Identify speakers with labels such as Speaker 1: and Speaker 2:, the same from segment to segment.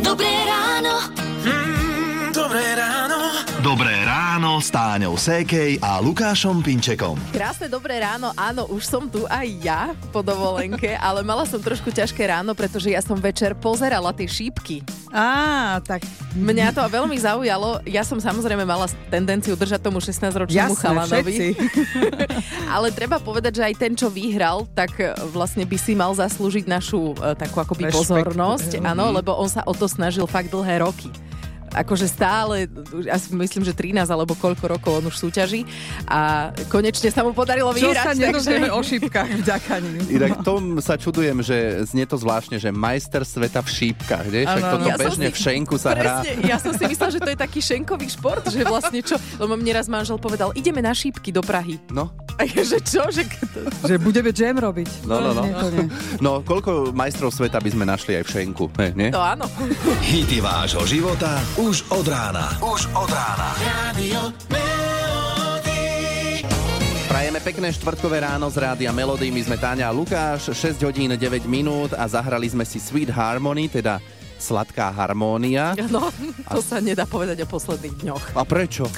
Speaker 1: Dobré ráno.
Speaker 2: Mm, dobré ráno.
Speaker 3: Dobré ráno s Táňou Sékej a Lukášom Pinčekom.
Speaker 4: Krásne dobré ráno, áno, už som tu aj ja po dovolenke, ale mala som trošku ťažké ráno, pretože ja som večer pozerala tie šípky.
Speaker 5: Á, tak
Speaker 4: Mňa to veľmi zaujalo, ja som samozrejme mala tendenciu držať tomu 16-ročnému chalanovi.
Speaker 5: všetci.
Speaker 4: Ale treba povedať, že aj ten, čo vyhral, tak e, vlastne by si mal zaslúžiť našu e, takú akoby
Speaker 5: Rešpekt.
Speaker 4: pozornosť,
Speaker 5: Mhm.
Speaker 4: áno, lebo on sa o to snažil fakt dlhé roky. Akože stále, už asi myslím, že 13 alebo koľko rokov on už súťaží a konečne sa mu podarilo vyhrať.
Speaker 5: Čo sa
Speaker 4: takže-
Speaker 5: nedozvieme o šípkach vďaka No. ním.
Speaker 6: Inak tom sa čudujem, že znie to zvláštne, že majster sveta v šípkach, nie? Však
Speaker 5: Áno,
Speaker 6: toto
Speaker 4: áno. Ja som
Speaker 6: bežne
Speaker 4: si-
Speaker 6: v šenku sa hrá.
Speaker 4: Presne, ja som si myslela, že to je taký šenkový šport, že vlastne čo, lebo mne raz manžel povedal, ideme na šípky do Prahy.
Speaker 6: No,
Speaker 4: A ja, že čo, že kto?
Speaker 5: Že budeme jam robiť.
Speaker 6: no, no, no.
Speaker 5: Nie, to nie.
Speaker 6: No, koľko majstrov sveta by sme našli aj v šenku, he, nie?
Speaker 4: to áno.
Speaker 3: Hity vášho života už od rána. Už od rána.
Speaker 2: Rádio Melody.
Speaker 6: Prajeme pekné štvrtkové ráno z rádia Melody. My sme Táňa a Lukáš, 6 hodín 9 minút a zahrali sme si Sweet Harmony, teda Sladká harmónia.
Speaker 4: No, to sa nedá povedať o posledných dňoch.
Speaker 6: A prečo?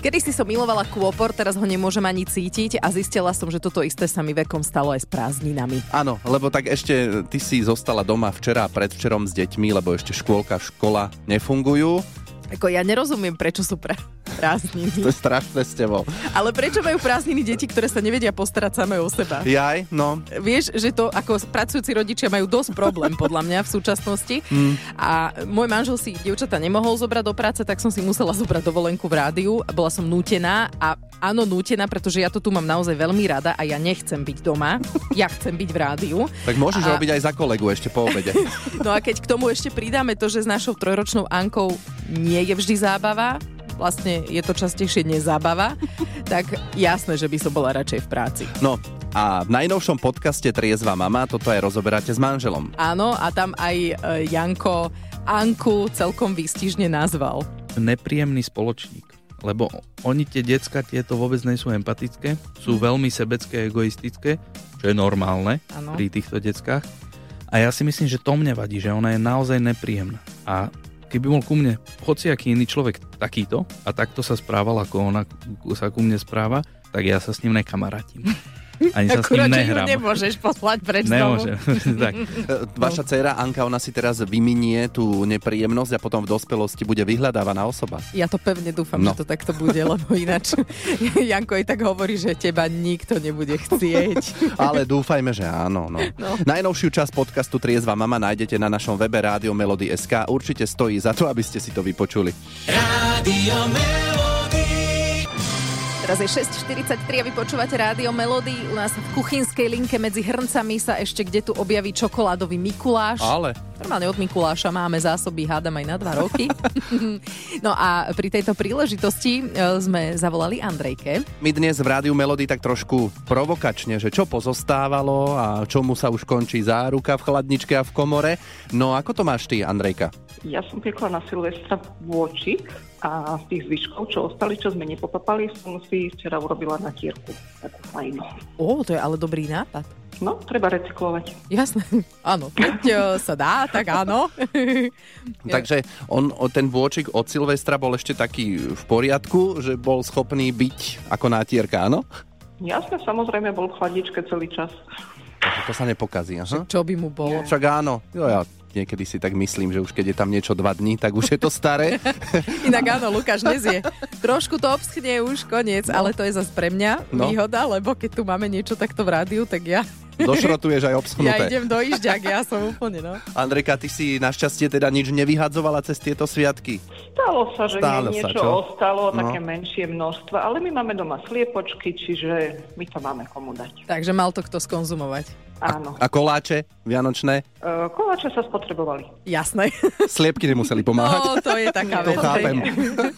Speaker 4: Kedy si som milovala kôpor, teraz ho nemôžem ani cítiť a zistila som, že toto isté sa mi vekom stalo aj s prázdninami.
Speaker 6: Áno, lebo tak ešte ty si zostala doma včera a predvčerom s deťmi, lebo ešte škôlka, škola nefungujú.
Speaker 4: Ako ja nerozumiem, prečo sú pra-
Speaker 6: To
Speaker 4: prázdniny.
Speaker 6: je strašné s tebou.
Speaker 4: Ale prečo majú prázdniny deti, ktoré sa nevedia postarať samé o seba?
Speaker 6: Jaj, no,
Speaker 4: Vieš, že to ako pracujúci rodičia majú dosť problém podľa mňa v súčasnosti. A môj manžel si dievčata nemohol zobrať do práce, tak som si musela zobrať dovolenku v rádiu. Bola som nútená a áno, nútená, pretože ja to tu mám naozaj veľmi rada a ja nechcem byť doma. Ja chcem byť v rádiu.
Speaker 6: tak môžeš
Speaker 4: A-
Speaker 6: a... robiť aj za kolegu ešte po obede.
Speaker 4: No a keď k tomu ešte pridáme to, že s našou trojročnou Ankou nie je vždy zábava, vlastne je to častejšie nezábava, tak jasné, že by som bola radšej v práci.
Speaker 6: No, a v najnovšom podcaste Triezva mama toto aj rozoberáte s manželom.
Speaker 4: Áno, a tam aj e, Janko Anku celkom výstižne nazval.
Speaker 7: nepríjemný spoločník. Lebo oni tie decka tieto vôbec nie sú empatické,
Speaker 4: Mhm.
Speaker 7: sú veľmi sebecké, egoistické, čo je normálne
Speaker 4: Áno.
Speaker 7: pri týchto deckách. A ja si myslím, že to mne vadí, že ona je naozaj nepríjemná. A keby bol ku mne hociaký iný človek takýto a takto sa správal, ako ona ku- sa ku mne správa, tak ja sa s ním nekamarátim. Ani sa s
Speaker 4: Akurát,
Speaker 7: ním
Speaker 4: že ju
Speaker 7: nehrám.
Speaker 4: nemôžeš poslať preč
Speaker 7: Nemôžem.
Speaker 4: z domu.
Speaker 7: tak.
Speaker 6: E, Vaša dcéra Anka, ona si teraz vyminie tú nepríjemnosť a potom v dospelosti bude vyhľadávaná osoba.
Speaker 4: Ja to pevne dúfam,
Speaker 6: No.
Speaker 4: že to takto bude, lebo ináč Janko aj tak hovorí, že teba nikto nebude chcieť.
Speaker 6: Ale dúfajme, že áno. No.
Speaker 4: No.
Speaker 6: No. Najnovšiu časť podcastu Triezva mama nájdete na našom webe Rádio Melody SK. Určite stojí za to, aby ste si to vypočuli.
Speaker 2: Rádio Melody.
Speaker 4: Teraz je 6.43 a vy počúvate rádio Melody. U nás v kuchynskej linke medzi hrncami sa ešte kde tu objaví čokoládový Mikuláš.
Speaker 6: Ale
Speaker 4: Normálne od Mikuláša máme zásoby, hádam aj na dva roky. no a pri tejto príležitosti e, sme zavolali Andrejke.
Speaker 6: my dnes v Rádiu Melody tak trošku provokačne, že čo pozostávalo a čomu sa už končí záruka v chladničke a v komore. No ako to máš ty, Andrejka?
Speaker 8: Ja som piekla na Silvestra vôčik a z tých zvyškov, čo ostali, čo sme nepopapali, som si včera urobila na tierku. Takú fajnú.
Speaker 4: Ó, to je ale dobrý nápad.
Speaker 8: No, treba recyklovať.
Speaker 4: Jasné, áno, keď e, sa dá, tak áno. Ja.
Speaker 6: Takže on, o- ten vôčik od Silvestra bol ešte taký v poriadku, že bol schopný byť ako nátierka, áno?
Speaker 8: Jasne, samozrejme, bol v chladničke celý čas.
Speaker 6: Takže to sa nepokazí, aha.
Speaker 4: Čo by mu bolo?
Speaker 6: Však áno, jo, ja niekedy si tak myslím, že už keď je tam niečo dva dní, tak už je to staré.
Speaker 4: Inak áno, Lukáš nezie. Trošku to obschne už, koniec, ale to je zase pre mňa
Speaker 6: No.
Speaker 4: výhoda, lebo keď tu máme niečo takto v rádiu, tak ja,
Speaker 6: Došrotuješ aj
Speaker 4: ja
Speaker 6: obschnuté.
Speaker 4: idem do Ižďak, ja som úplne, no.
Speaker 6: Andrejka, ty si našťastie teda nič nevyhadzovala cez tieto sviatky.
Speaker 8: Stalo sa, že Stále
Speaker 6: Stále sa,
Speaker 8: niečo
Speaker 6: čo?
Speaker 8: ostalo,
Speaker 6: No.
Speaker 8: také menšie množstva, ale my máme doma sliepočky, čiže my to máme komu dať.
Speaker 4: Takže mal to kto skonzumovať.
Speaker 8: Áno.
Speaker 6: A koláče vianočné,
Speaker 8: E, koláče sa spotrebovali.
Speaker 4: Jasné.
Speaker 6: sliepky nemuseli pomáhať.
Speaker 4: No, to je taká
Speaker 6: to
Speaker 4: vec.
Speaker 6: chápem.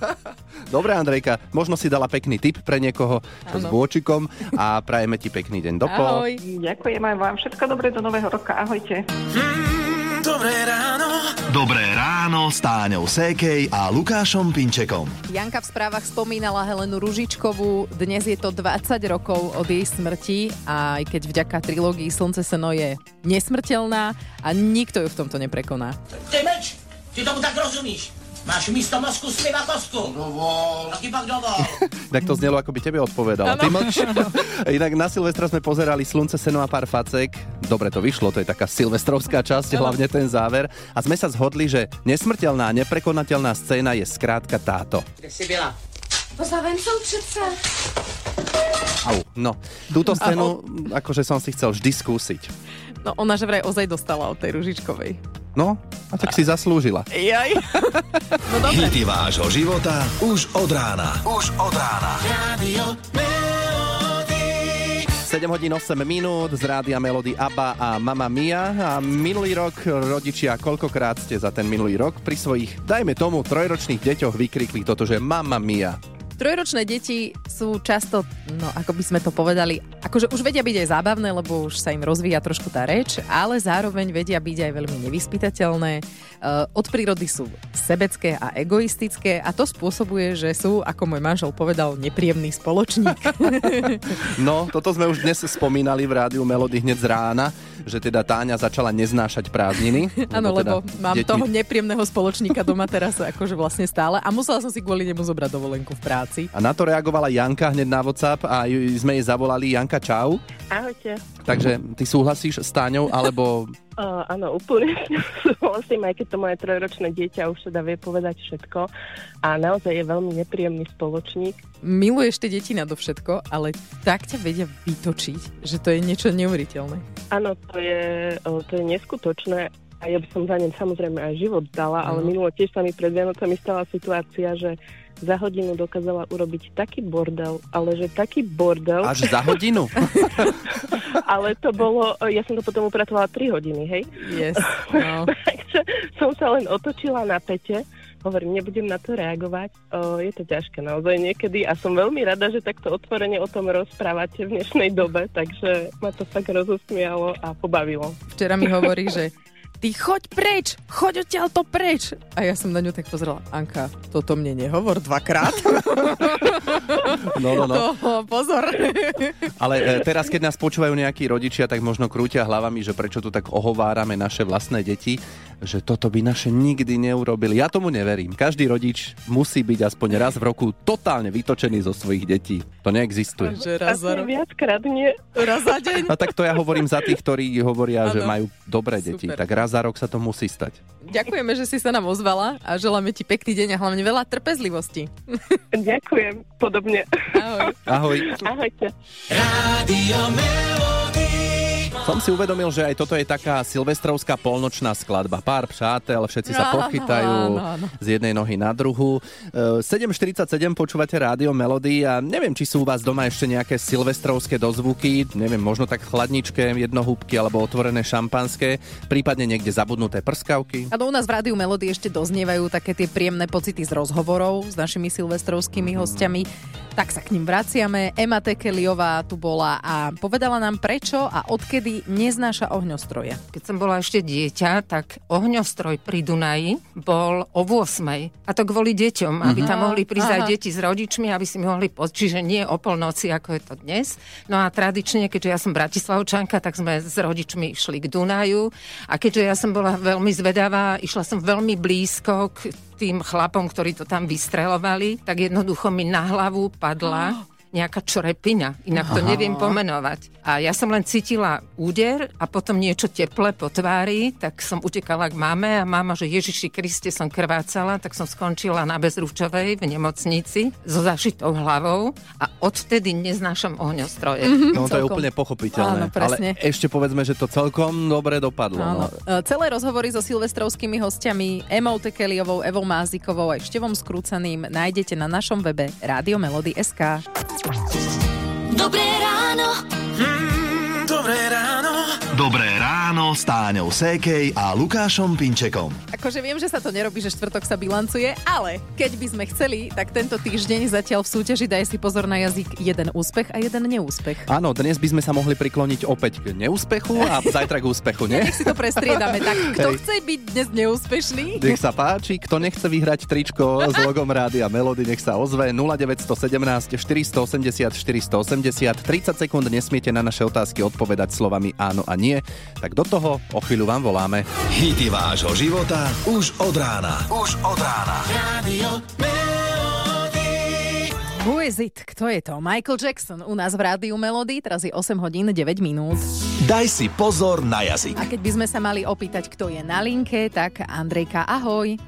Speaker 6: Dobre, Andrejka, možno si dala pekný tip pre niekoho s
Speaker 4: Áno.
Speaker 6: bôčikom a prajeme ti pekný deň. Dopo.
Speaker 4: Ahoj.
Speaker 8: Ďakujem aj vám. Všetko dobré do nového roka. Ahojte.
Speaker 2: Mm, dobré ráno.
Speaker 3: Dobré ráno s Táňou Sékej a Lukášom Pinčekom.
Speaker 2: No
Speaker 4: Janka v správach spomínala Helenu Ružičkovú. Dnes je to 20 rokov od jej smrti a aj keď vďaka trilógii Slnce seno je nesmrteľná a nikto ju v tomto neprekoná.
Speaker 2: Temeč,
Speaker 1: Ty tomu tak rozumíš. Máš místo mozku sliva kostku. Dovol. Taky pak dovol.
Speaker 6: Tak to znelo, ako by tebe odpovedal. Ty mlč. Inak na Silvestra sme pozerali Slunce, seno a pár facek. Dobre to vyšlo, to je taká silvestrovská časť, hlavne ten záver. A sme sa zhodli, že nesmrteľná a neprekonateľná scéna je skrátka táto.
Speaker 1: Kde jsi byla?
Speaker 9: Pozavencou přece.
Speaker 6: Au. No, túto scénu, akože som si chcel vždy skúsiť.
Speaker 4: No ona že vraj ozaj dostala od tej Ružičkovej.
Speaker 6: No, a tak si zaslúžila.
Speaker 4: Jaj. No dobre.
Speaker 3: Hity vášho života už od rána. Už od rána.
Speaker 2: Radio Melody.
Speaker 6: 7 hodín 8 minút z rádia Melody Abba a Mama Mia. A minulý rok rodičia, koľkokrát ste za ten minulý rok pri svojich, dajme tomu, trojročných deťoch vykrikli toto, že Mama Mia.
Speaker 4: Trojročné deti sú často, no ako by sme to povedali, akože už vedia byť aj zábavné, lebo už sa im rozvíja trošku tá reč, ale zároveň vedia byť aj veľmi nevyspytateľné. E, od prírody sú sebecké a egoistické a to spôsobuje, že sú, ako môj manžel povedal, nepríjemný spoločník.
Speaker 6: No, toto sme už dnes spomínali v rádiu Melody hneď z rána, že teda Táňa začala neznášať prázdniny.
Speaker 4: Áno, lebo
Speaker 6: teda
Speaker 4: mám
Speaker 6: deti-
Speaker 4: toho nepríjemného spoločníka doma teraz akože vlastne stále a musela som si kvôli nemu zobrať dovolenku v práci.
Speaker 6: A na to reagovala Janka hneď na WhatsApp a ju- sme jej zavolali Janka Čau.
Speaker 10: Ahojte.
Speaker 6: Takže ty súhlasíš s Táňou, alebo
Speaker 10: Uh, áno, úplne s ňou súhlasím, aj keď to moje trojročné dieťa už teda vie povedať všetko a naozaj je veľmi nepríjemný spoločník.
Speaker 4: Miluješ tie deti nadovšetko, ale tak ťa vedia vytočiť, že to je niečo neuveriteľné.
Speaker 10: Áno, to je, uh, to je neskutočné a ja by som za ním samozrejme aj život dala, ale
Speaker 4: Áno.
Speaker 10: minulo tiež sa mi pred Vianocami stala situácia, že za hodinu dokázala urobiť taký bordel, ale že taký bordel,
Speaker 6: až za hodinu?
Speaker 10: ale to bolo, uh, ja som to potom upratovala 3 hodiny, hej?
Speaker 4: Yes, no.
Speaker 10: Takže som sa len otočila na pete, hovorím, nebudem na to reagovať, o, je to ťažké naozaj niekedy a som veľmi rada, že takto otvorene o tom rozprávate v dnešnej dobe, takže ma to fakt rozosmialo a pobavilo.
Speaker 4: Včera mi hovorí, že ty choď preč, choď odtiaľ to preč. A ja som na ňu tak pozrela, Anka, toto mne nehovor dvakrát.
Speaker 6: No, no, no.
Speaker 4: To, pozor.
Speaker 6: Ale e, teraz, keď nás počúvajú nejakí rodičia, tak možno krútia hlavami, že prečo tu tak ohovárame naše vlastné deti, že toto by naše nikdy neurobili. Ja tomu neverím. Každý rodič musí byť aspoň raz v roku totálne vytočený zo svojich detí. To neexistuje.
Speaker 4: že raz za
Speaker 10: Asi
Speaker 4: rok,
Speaker 10: viackrát nie.
Speaker 4: raz za deň.
Speaker 6: No tak to ja hovorím za tých, ktorí hovoria, že
Speaker 4: Áno.
Speaker 6: majú dobré deti.
Speaker 4: Super.
Speaker 6: Tak raz za rok sa to musí stať.
Speaker 4: Ďakujeme, že si sa nám ozvala a želáme ti pekný deň a hlavne veľa trpezlivosti.
Speaker 10: Ďakujem, podobne.
Speaker 4: Ahoj.
Speaker 6: Ahoj.
Speaker 10: Ahojte.
Speaker 2: Radio Melody.
Speaker 6: Som si uvedomil, že aj toto je taká silvestrovská polnočná skladba. Pár přátel, všetci sa
Speaker 4: Áno,
Speaker 6: pochytajú
Speaker 4: áno, áno.
Speaker 6: z jednej nohy na druhú. E, 7.47 počúvate rádio Melody a neviem, či sú u vás doma ešte nejaké silvestrovské dozvuky, neviem, možno tak chladničke, jednohúbky alebo otvorené šampanské, prípadne niekde zabudnuté prskavky.
Speaker 4: Áno, u nás v Rádiu Melody ešte doznievajú také tie príjemné pocity z rozhovorov s našimi silvestrovskými hostiami. Tak sa k ním vraciame. Ema Tekeliová tu bola a povedala nám prečo a odkedy neznáša ohňostroje.
Speaker 9: Keď som bola ešte dieťa, tak ohňostroj pri Dunaji bol o 8. A to kvôli deťom, aby tam mohli prísť aj
Speaker 4: aha.
Speaker 9: deti s rodičmi, aby si mohli poť, čiže nie o polnoci, ako je to dnes. No a tradične, keďže ja som bratislavčanka, tak sme s rodičmi išli k Dunaju. A keďže ja som bola veľmi zvedavá, išla som veľmi blízko k tým chlapom, ktorí to tam vystrelovali, tak jednoducho mi na hlavu padla nejaká črepina, inak to neviem pomenovať. A ja som len cítila úder a potom niečo teple po tvári, tak som utekala k mame a mama, že Ježiši Kriste som krvácala, tak som skončila na Bezručovej v nemocnici so zašitou hlavou a odvtedy neznášam ohňostroje.
Speaker 6: No to je
Speaker 4: Mhm, celkom.
Speaker 6: úplne pochopiteľné.
Speaker 4: Áno, presne.
Speaker 6: Ale ešte povedzme, že to celkom dobre dopadlo.
Speaker 4: Áno.
Speaker 6: No.
Speaker 4: E, Celé rozhovory so silvestrovskými hostiami Emou Tekeliovou, Evou Mázikovou aj Števom Skrúcaným nájdete na našom webe radiomelody.sk.
Speaker 9: Dobré ráno!
Speaker 2: Mm, Dobré ráno.
Speaker 3: Dobré ráno s Táňou Sékej a Lukášom Pinčekom.
Speaker 4: Akože viem, že sa to nerobí, že štvrtok sa bilancuje, ale keď by sme chceli, tak tento týždeň zatiaľ v súťaži daj si pozor na jazyk jeden úspech a jeden neúspech.
Speaker 6: Áno, dnes by sme sa mohli prikloniť opäť k neúspechu a zajtra k úspechu, nie?
Speaker 4: Nech si to prestriedame. Tak kto
Speaker 6: Hej.
Speaker 4: chce byť dnes neúspešný?
Speaker 6: Nech sa páči, kto nechce vyhrať tričko s logom Rády a Melody, nech sa ozve 0917 480 480. 30 sekúnd nesmiete na naše otázky odpovedať slovami áno a nie. Tak do toho koho? O chvíľu vám voláme.
Speaker 3: Hity vášho života už od rána. Už od rána.
Speaker 4: Who is it? Kto je to? Michael Jackson u nás v Rádiu Melody, teraz je 8 hodín 9 minút.
Speaker 3: Daj si pozor na jazyk.
Speaker 4: A keď by sme sa mali opýtať, kto je na linke, tak Andrejka, ahoj.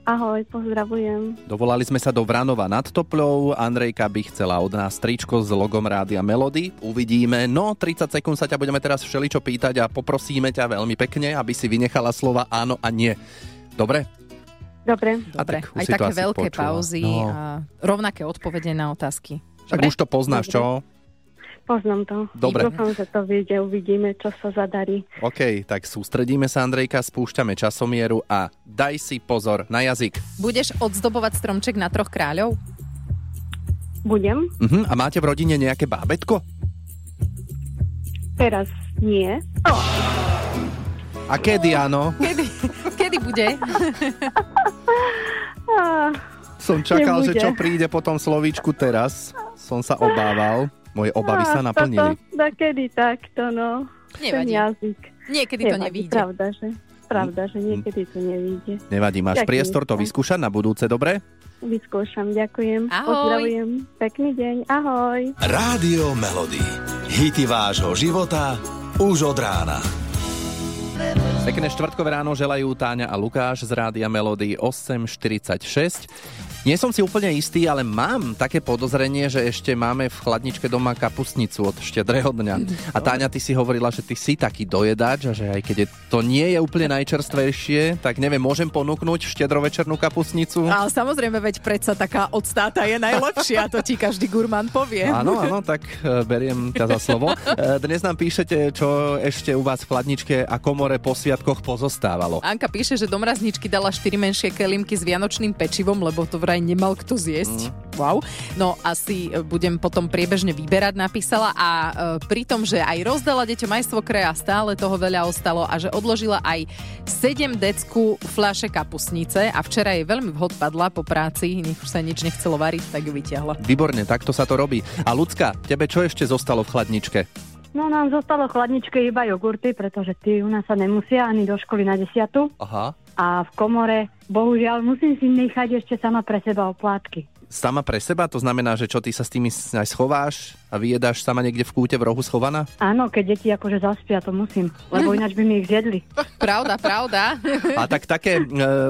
Speaker 11: Ahoj, pozdravujem.
Speaker 6: Dovolali sme sa do Vranova nad Topľou. Andrejka by chcela od nás tričko s logom Rádia Melody. Uvidíme. No, 30 sekúnd sa ťa budeme teraz všeličo pýtať a poprosíme ťa veľmi pekne, aby si vynechala slova áno a nie. Dobre?
Speaker 11: Dobre.
Speaker 6: A
Speaker 4: Dobre,
Speaker 6: tak už
Speaker 4: aj
Speaker 6: si to
Speaker 4: také
Speaker 6: asi
Speaker 4: veľké
Speaker 6: počula.
Speaker 4: pauzy
Speaker 6: No.
Speaker 4: a rovnaké odpovede na otázky.
Speaker 6: Tak už to poznáš, čo?
Speaker 11: Poznám to.
Speaker 6: Dobre.
Speaker 11: Dúfam, že to vyjde, uvidíme, čo sa zadarí.
Speaker 6: OK, tak sústredíme sa, Andrejka, spúšťame časomieru a daj si pozor na jazyk.
Speaker 4: Budeš odzdobovať stromček na troch kráľov?
Speaker 11: Budem?
Speaker 6: Mhm, a máte v rodine nejaké bábetko?
Speaker 11: Teraz nie.
Speaker 6: A kedy áno?
Speaker 4: Kedy, kedy bude?
Speaker 11: Á,
Speaker 6: Som čakal, že
Speaker 11: Nebude.
Speaker 6: čo príde po tom slovíčku teraz. Som sa obával. Moje obavy sa
Speaker 11: á,
Speaker 6: naplnili.
Speaker 11: Toto, da kedy takto, no.
Speaker 4: Nevadí.
Speaker 11: Ten jazyk.
Speaker 4: Niekedy to
Speaker 11: Nevadí,
Speaker 4: nevíde.
Speaker 11: Pravda, že? Pravda, že niekedy to nevíde.
Speaker 6: Nevadí, máš
Speaker 11: Ďakujem.
Speaker 6: priestor to vyskúšať na budúce, dobre?
Speaker 11: Vyskúšam, ďakujem.
Speaker 4: Ahoj.
Speaker 11: Pozdravujem. Pekný deň, ahoj.
Speaker 3: Rádio Melody. Hity vášho života už od rána.
Speaker 6: Pekné štvrtkové ráno želajú Táňa a Lukáš z Rádia Melody 846. Nie som si úplne istý, ale mám také podozrenie, že ešte máme v chladničke doma kapustnicu od štedrého dňa. A Táňa, ty si hovorila, že ty si taký dojedač a že aj keď je, to nie je úplne najčerstvejšie, tak neviem, môžem ponúknuť štedrovečernú kapustnicu?
Speaker 4: Ale samozrejme, veď predsa taká odstáta je najlepšia, to ti každý gurman povie.
Speaker 6: Áno, áno, tak e, beriem ťa za slovo. E, Dnes nám píšete, čo ešte u vás v chladničke a komore po sviatkoch pozostávalo.
Speaker 4: Anka píše, že do mrazničky dala 4 menšie kelimky s vianočným pečivom, lebo to vraj nemal kto zjesť. Mm. Wow. No asi e, budem potom priebežne vyberať, napísala a e, pri tom, že aj rozdala deťomajstvo kreja, stále toho veľa ostalo a že odložila aj 7 decku fľaše kapusnice a včera jej veľmi vhod padla po práci, nech už sa nič nechcelo variť, tak ju vyťahla.
Speaker 6: Výborne, takto sa to robí. A ľudská, tebe čo ešte zostalo v chladničke?
Speaker 11: No nám zostalo v chladničke iba jogurty, pretože tí u nás sa nemusia ani do školy na desiatu.
Speaker 6: Aha.
Speaker 11: A v komore, bohužiaľ, musím si nechať ešte sama pre seba oplátky.
Speaker 6: Sama pre seba? To znamená, že čo ty sa s tými s- aj schováš a vyjedáš sama niekde v kúte v rohu schovaná?
Speaker 11: Áno, keď deti akože zaspia, to musím, lebo ináč by mi ich zjedli.
Speaker 4: Pravda, pravda.
Speaker 6: A tak také e,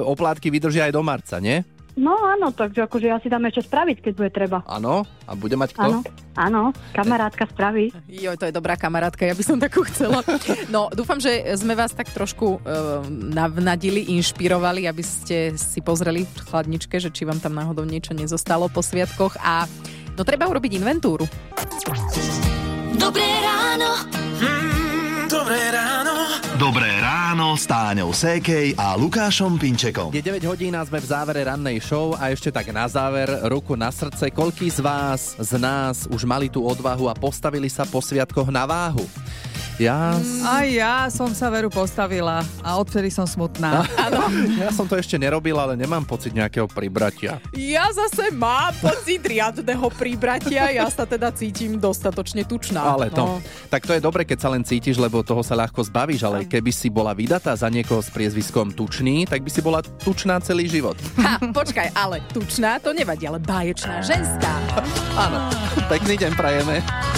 Speaker 6: oplátky vydržia aj do marca, nie?
Speaker 11: No áno, takže akože ja si dám ešte spraviť, keď bude treba.
Speaker 6: Áno? A bude mať kto?
Speaker 11: Áno, áno, kamarátka spraví.
Speaker 4: Joj, to je dobrá kamarátka, ja by som takú chcela. No, dúfam, že sme vás tak trošku e, navnadili, inšpirovali, aby ste si pozreli v chladničke, že či vám tam náhodou niečo nezostalo po sviatkoch a no treba urobiť inventúru.
Speaker 2: Dobré ráno. Mm, dobré ráno.
Speaker 3: Dobré ráno s Táňou Sékej a Lukášom Pinčekom.
Speaker 6: Je 9 hodín a sme v závere rannej show a ešte tak na záver, ruku na srdce, koľký z vás, z nás už mali tú odvahu a postavili sa po sviatkoch na váhu? Ja, s-
Speaker 5: A ja som sa veru postavila a odvtedy som
Speaker 6: No.
Speaker 5: smutná.
Speaker 6: ja som to ešte nerobil, ale nemám pocit nejakého pribratia.
Speaker 4: Ja zase mám pocit riadného príbratia, ja sa teda cítim dostatočne tučná. No.
Speaker 6: Ale to, tak to je dobre, keď sa len cítiš, lebo toho sa ľahko zbavíš, ale keby si bola vydatá za niekoho s priezviskom tučný, tak by si bola tučná celý život.
Speaker 4: Ha, počkaj, ale tučná to nevadí, ale báječná ženská.
Speaker 6: Áno, pekný deň prajeme.